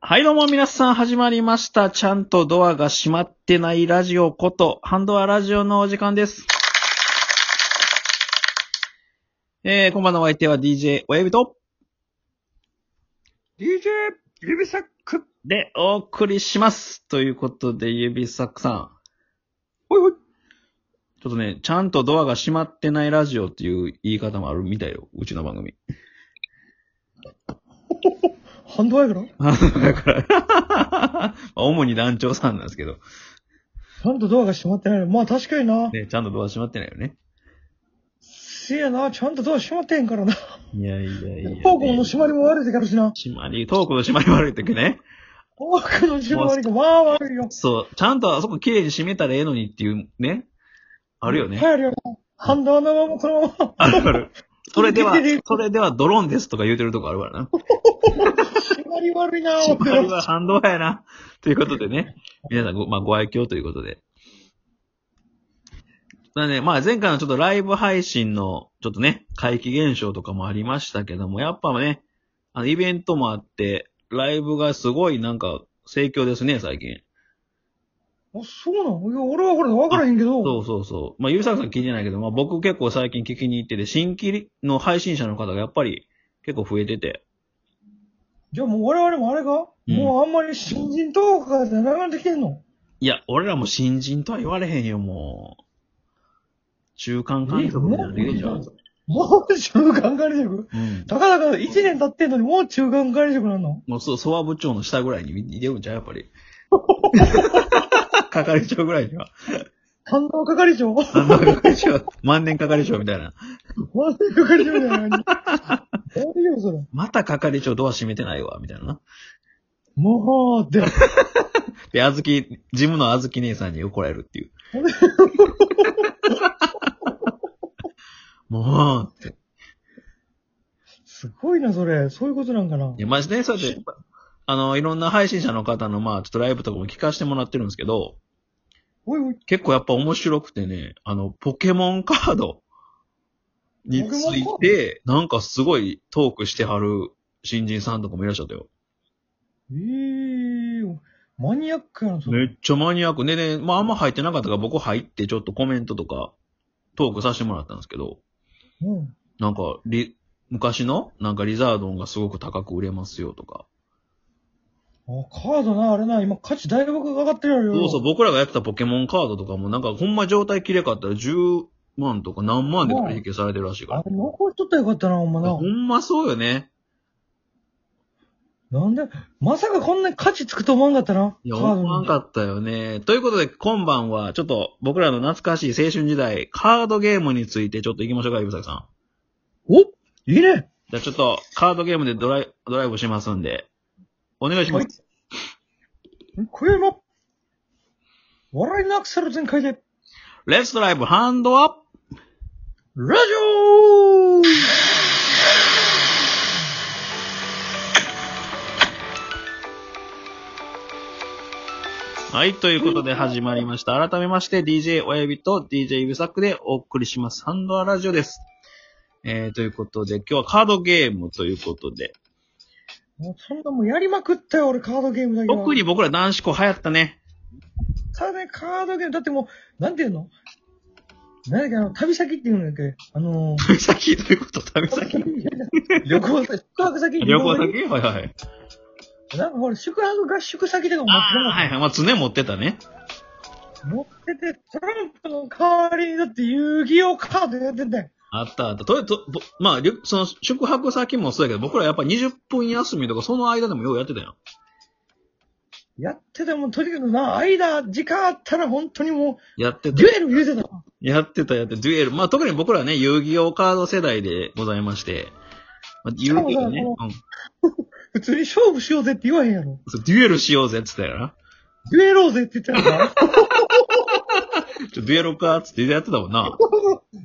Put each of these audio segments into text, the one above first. はい、どうも皆さん、始まりました。ちゃんとドアが閉まってないラジオこと、ハンドアラジオのお時間です。えー、今晩のお相手は DJ 親指と、 DJ 指サックで、お送りします。ということで、指サックさん。ほいほいちょっとね、ちゃんとドアが閉まってないラジオっていう言い方もあるみたいよ。うちの番組。 ハンドアイグラだから、まあ主に団長さんなんですけど、ちゃんとドアが閉まってないの。まあ確かにな。ね、ちゃんとドア閉まってないよね。せやな、ちゃんとドア閉まってへんからな。いやいやいや。フォークの閉まりも悪いでからしな。締まり、トークの締まり悪い時ね。フォークの閉まりがまあ悪いよ。そう。ちゃんとあそこ綺麗に締めたらええのにっていうね。あるよ流ね。行るよな。ハンドアのままこのまま。あるある。それでは、それではドローンですとか言うてるとこあるからな。閉まり悪 いな、締まり俺は反動派やな。ということでね。皆さんご、まあ、ご愛嬌ということで。だね、まあ前回のちょっとライブ配信の、ちょっとね、怪奇現象とかもありましたけども、やっぱね、あの、イベントもあって、ライブがすごいなんか、盛況ですね、最近。あ、そうなのいや、俺はこれ分からへんけど。そうそうそう。まあ、ゆうさくさん聞いてないけど、まあ、僕結構最近聞きに行ってて、新規の配信者の方がやっぱり結構増えてて。じゃあもう我々もあれかうんもうあんまり新人トークが流れてきてんのいや、俺らも新人とは言われへんよ、もう。中間監督みたいなレベルじゃん。もう中間管理職うん。たかだか1年経ってんのにもう中間管理職なんのもう、そう、ソワ部長の下ぐらいに似てるんちゃうやっぱ り。係長ぐらいには。ハンド係長あの係長、万年係長みたいな。マジでかかりそうだよ。大丈夫それ。また係長ドア閉めてないわ、みたいなな。もう、で、で、あずき、ジムのあずき姉さんに怒られるっていう。もう、すごいな、それ。そういうことなんかな。いや、マジで、そうやって、あの、いろんな配信者の方の、まあ、ちょっとライブとかも聞かせてもらってるんですけど、おいおい、結構やっぱ面白くてね、あの、ポケモンカードについポて、なんかすごいトークしてはる新人さんとかもいらっしゃったよ。えー、マニアックやな、それ。めっちゃマニアック。でね、まあ、あんま入ってなかったから、僕入ってちょっとコメントとか、トークさせてもらったんですけど、うん。なんか、リ、昔の、なんかリザードンがすごく高く売れますよとか。あ、カードな、あれな、今、価値大学が上がってるやろ。そうそう、僕らがやってたポケモンカードとかも、なんかほんま状態きれかったら10万とか何万で取引されてるらしいかあれ、残しとったらよかったな、ほんまら。ほな。んまそうよね。なんで、まさかこんなに価値つくと思わんかったな。いや、カー思ドわんに。かったよね。ということで、今晩は、ちょっと僕らの懐かしい青春時代、カードゲームについてちょっと行きましょうか、指作さん。おいいね。じゃあちょっと、カードゲームでドライ、ドライブしますんで、お願いします。今宵も、笑いのアクセル全開で、レッツドライブ、ハンドアップラジオはい、ということで始まりました。改めまして、DJ 親指と DJ 指サックでお送りします。ハンドアラジオです。えー、ということで、今日はカードゲームということで、もうそんなもうやりまくったよ、俺、カードゲームだけは。特に僕ら男子校流行ったね。 ただね、カードゲーム、だってもう、なんていうの何だっけ、あの、旅先っていうんだっけあのー、旅先ということ、旅先。旅行先、宿泊先旅行先はいはい。なんかほら、宿泊合宿先とかも持ってああ、なはいはい。まあ、常持ってたね。かった持ってて、トランプの代わりにだって遊戯王カードやってんだよ。あったあった。と、と、ぼまあ、りゅその、宿泊先もそうだけど、僕らやっぱ20分休みとか、その間でもようやってたよ。やってても、とにかくな、間、時間あったら本当にもやってう、たデ。ュエル言うてたな。やってたやってた、デュエル。まあ、特に僕らね、遊戯王カード世代でございまして。まあ、遊戯王ね。そううん。普通に勝負しようぜって言わへんやろ。そうデュエルしようぜって言ったよな。デュエローぜって言ってた から。ちょ、デュエルかっつってやってたもんな。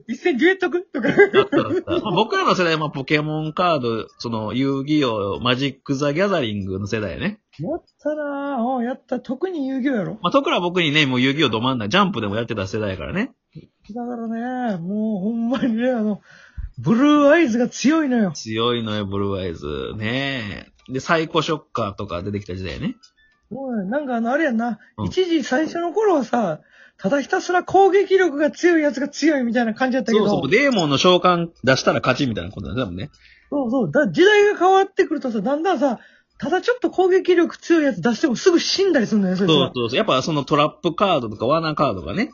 一戦デュエットくとか。あったあった。まあ、僕らの世代は、まあ、ポケモンカード、その、遊戯王、マジック・ザ・ギャザリングの世代ね。やったなぁ。うんやった。特に遊戯王やろ。まあ、特に僕にね、もう遊戯王ど真ん中、ジャンプでもやってた世代やからね。だからね、もうほんまにね、あの、ブルーアイズが強いのよ。強いのよ、ブルーアイズ。ねえ。で、サイコショッカーとか出てきた時代ね。おい、なんかあの、あれやんな、うん一時最初の頃はさ、ただひたすら攻撃力が強いやつが強いみたいな感じだったけそど、うそう、デーモンの召喚出したら勝ちみたいなことなんだもんね。そうそうだ時代が変わってくるとさ、だんだんさ、ただちょっと攻撃力強いやつ出してもすぐ死んだりするんだよ、そそいつがうそうそう。やっぱそのトラップカードとか罠カードがね。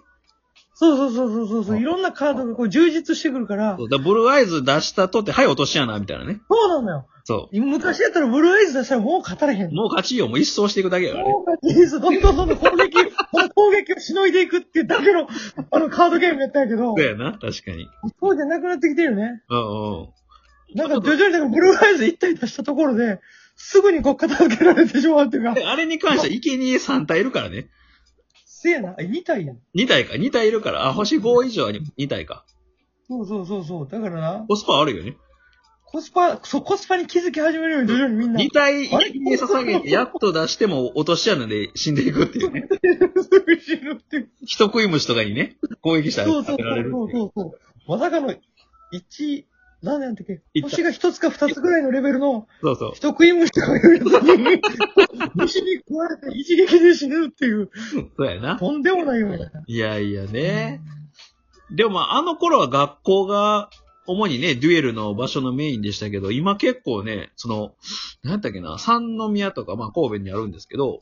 そうそうそうそうそうそう、うんいろんなカードがこう充実してくるから、そうだからブルーアイズ出したとって、はい、落とし穴みたいなね。そうなんだよ。そ昔やったらブルーエイズ出したらもう勝たれへんう。。もう勝ちよ、もう一掃していくだけやからね。もう勝ちです。どんどんどんどん攻撃、この攻撃をしのいでいくっていうだけの、あのカードゲームやったんやけそどう、やな、確かに。そうじゃなくなってきてるね。うんうん。なんか徐々になんかブルーアイズ一体出したところで、すぐにこう片付けられてしまうっていうか、であれに関しては、生贄3体いるからね。せやな、え、2体やん。 2体か、2体いるから、あ、星5以上は2体か。そうそうそうそう。だからな、コスパあるよね。コスパ、そう、コスパに気づき始めるように徐々にみんな2、体あれ生贄捧げて、やっと出しても落とし穴で死んでいくっていうね。 すぐ死ぬっていう。人食い虫とかにね、攻撃したらそうそ当うてられるそっうていう。そうそう。まさかの、一、何年だっけ一体星が一つか二つぐらいのレベルのそうそう。人食い虫とかいうやつに、 虫に食われて一撃で死ぬっていう、そうやな。とんでもないような。いやいやね。でもまあ、あの頃は学校が、主にね、デュエルの場所のメインでしたけど、今結構ね、その、なんやったっけな、三宮とか、まあ神戸にあるんですけど、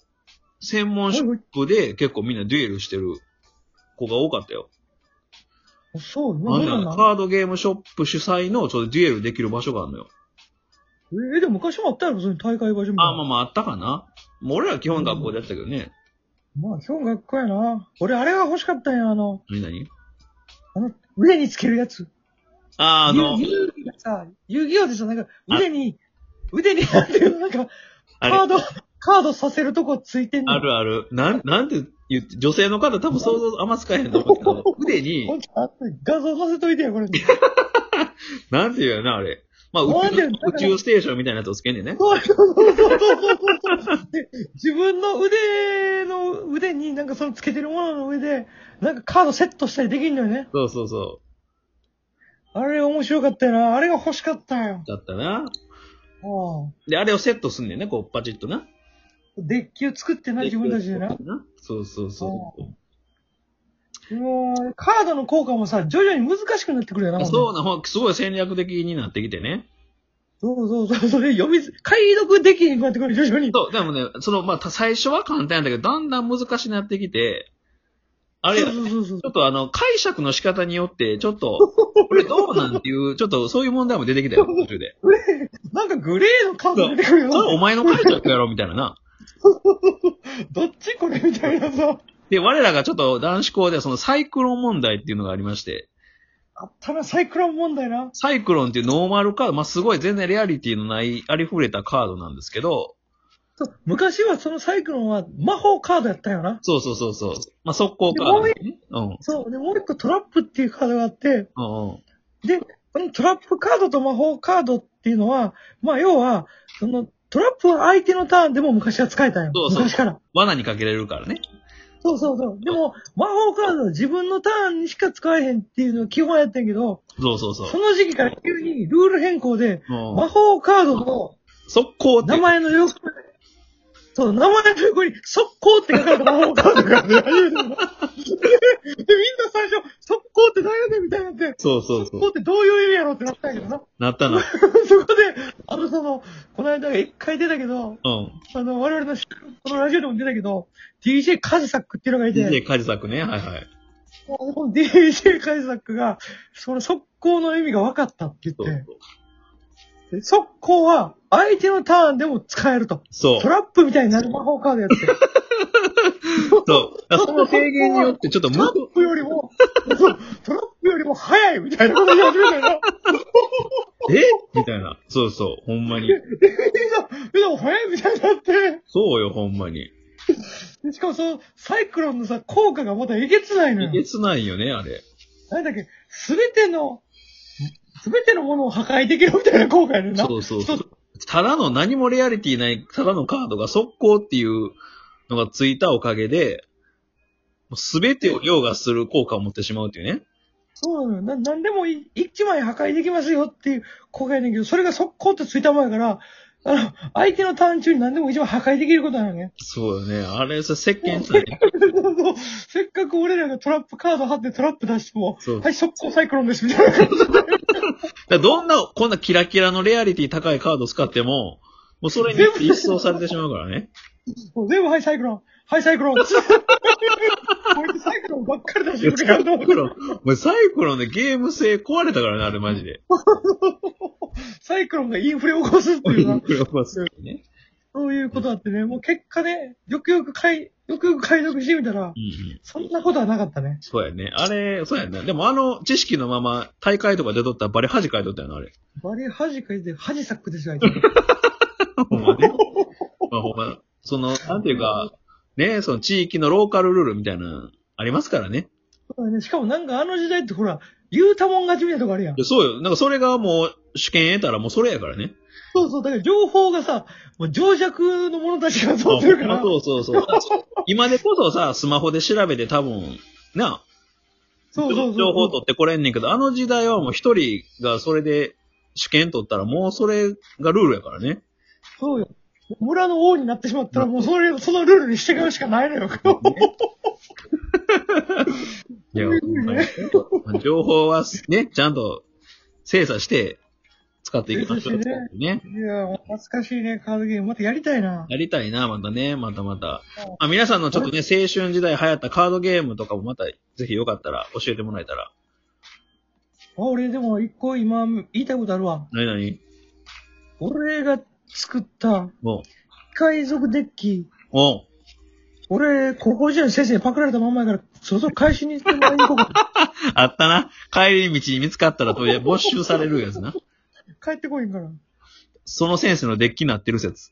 専門ショップで結構みんなデュエルしてる子が多かったよ。そう、あなんんななんのカードゲームショップ主催のちょっとデュエルできる場所があるのよ。え、でも昔もあったやろ、その大会場所も。あ、まあまああったかな。もう俺らは基本学校でやってたけどね。まあ、基本学校やな。俺、あれが欲しかったんや、あの、何何あの、腕につけるやつ。あー、あの、遊遊戯がさ、遊戯王でさ、なんか、腕に、腕になんていうの、なんか、あカーれ、ド、カードさせるとこついてんの。あるある。なん、なんて言って、女性の方多分想像あんま使えへんと思うけ ど、腕にほ、んとあ画像載せといてよ、これ。なんて言うよな、あれ。まあ、宇なんで宙宇宙ステーションみたいなやつをつけんねんね。そうそうそうそうそうそうで 自分の腕の、腕になんかそのつけてるものの上で、なんかカードセットしたりできんのよね。そうそうそあれ面白かったよな。あれが欲しかったよ。う。だったな。ああで、あれをセットすんねんね、こう、パチッとな。デッキを作ってな、自分たちでな。そうそうそう。もう、カードの効果もさ、徐々に難しくなってくるよな。ほんでそうな、ほんすごい戦略的になってきてね。そうそうそう。それ読みず、解読できへんくなってくる、徐々に。そう、でもね、その、まあ、た最初は簡単やんだけど、だんだん難しくなってきて、あれ、そうちそうそうそう。ょっとあの、解釈の仕方によって、ちょっと、これどうなんていう、ちょっとそういう問題も出てきたよ、途中で。なんかグレーのカード出てくるよ それおな。前の解釈やろ、みたいなな。どっちこれみたいなさ。で、我らがちょっと男子校ではそのサイクロン問題っていうのがありまして、あったな、サイクロン問題な。サイクロンっていうノーマルカード、まあ、すごい全然レアリティのない、ありふれたカードなんですけど、そう昔はそのサイクロンは魔法カードやったよな。そうそうそうそう。まあ、速攻カード、ね。うん。そう。で、もう一個トラップっていうカードがあって、うんうん。で、このトラップカードと魔法カードっていうのは、まあ要は、そのトラップは相手のターンでも昔は使えたんよ。そうそう昔から。罠にかけられるからね。そうそうそう。でも、魔法カードは自分のターンにしか使えへんっていうのが基本やったんやけど、そうそうそうそ。の時期から急にルール変更で、う魔ん。法カードの速攻って名。前の横に、そう、名前の横に、速攻って書かれた魔法カードがある。で、みんな最初、速攻って何やねんみたいになって、そうそう速そ攻う。ってどういう意味やろうってなったんやけどな。なったな。そこで、あの、その、この間一回出たけど、うん。あの、我々の、このラジオでも出たけど、DJ カジサックっていうのがいて、 DJ カジサクね。はいはい。この DJ カジサックが、その速攻の意味が分かったって言そうって、で速攻は相手のターンでも使えると。そう。トそう。ラップみたいになる魔法カードやって。そう。だからその制限によって、ちょっとト無ラップより も、そうトラップよりも早いみたいなこと言い始め たよな。えみたいな。そうそう。ほんまに。でも早いみたいになって。そうよ、ほんまに。でしかもそのサイクロンのさ、効果がまたえげつないのいけよ。つないよね、あれ。なんだっけ、すべての、すべてのものを破壊できるみたいな効果やねんな。そうそうそ。そうただの何もレアリティない、ただのカードが速攻っていうのがついたおかげで、すべてを凌駕する効果を持ってしまうっていうね。そうなのよ。な、なんでもい一枚破壊できますよっていう効果やねんけど、それが速攻ってついた前から、あの、相手の単中に何でも一番破壊できることなのね。 そうよね。あれ、さ、石鹸したね。そうそうせっかく俺らがトラップカード貼ってトラップ出しても、そう。はい、速攻サイクロンです、みたいな。だからどんな、こんなキラキラのレアリティ高いカード使っても、もうそれに一掃されてしまうからね。もう全部はい、サイクロン。はい、サイ クロン。こいつサイクロンばっかり出してくるからと思サっイてクロン、もうサイクロンでゲーム性壊れたからね、あれマジで。サイクロンがインフレを起こすっていうのは、ね。そういうことだってね、もう結果ね、よくよく解、よくよく解読してみたらう、んうん。そんなことはなかったね。そうやね。あれ、そうやね。でもあの知識のまま大会とか出とったらバレ恥かいとったよな、あれ。バリ恥かいて、恥サックですよ、あいつ。ほんまね。まあほんま、その、なんていうか、ね、その地域のローカルルールみたいな、ありますからね。そうだねしかもなんかあの時代ってほら、言うたもん勝ちみたいなとこあるやんで。そうよ。なんかそれがもう、主権得たらもうそれやからね。そうそう、だから情報がさ、もう情弱の者たちがそうするから。そうそうそう。今でこそさ、スマホで調べて多分、な、そうそうそう。情報取ってこれんねんけど、あの時代はもう一人がそれで主権取ったらもうそれがルールやからね。そうよ。村の王になってしまったら、もうそれ、そのルールに従うしかないのよ。いや、ほんまに情報はね、ちゃんと精査して使っていきましょうってね。いや、懐かしいね、カードゲーム。またやりたいな。やりたいな、またね、またまた。まあ、皆さんのちょっとね、青春時代流行ったカードゲームとかもまた、ぜひよかったら教えてもらえたら。あ俺、でも、一個今、言いたいことあるわ。なになに俺が作った、もう、海賊デッキ。おう俺、高校時代の先生にパクられたまんまやから、そろそろ返しに行ってもらいに行こうか。あったな。帰り道に見つかったらとりあえず没収されるやつな。 帰ってこいんから。そのセンスのデッキになってる説。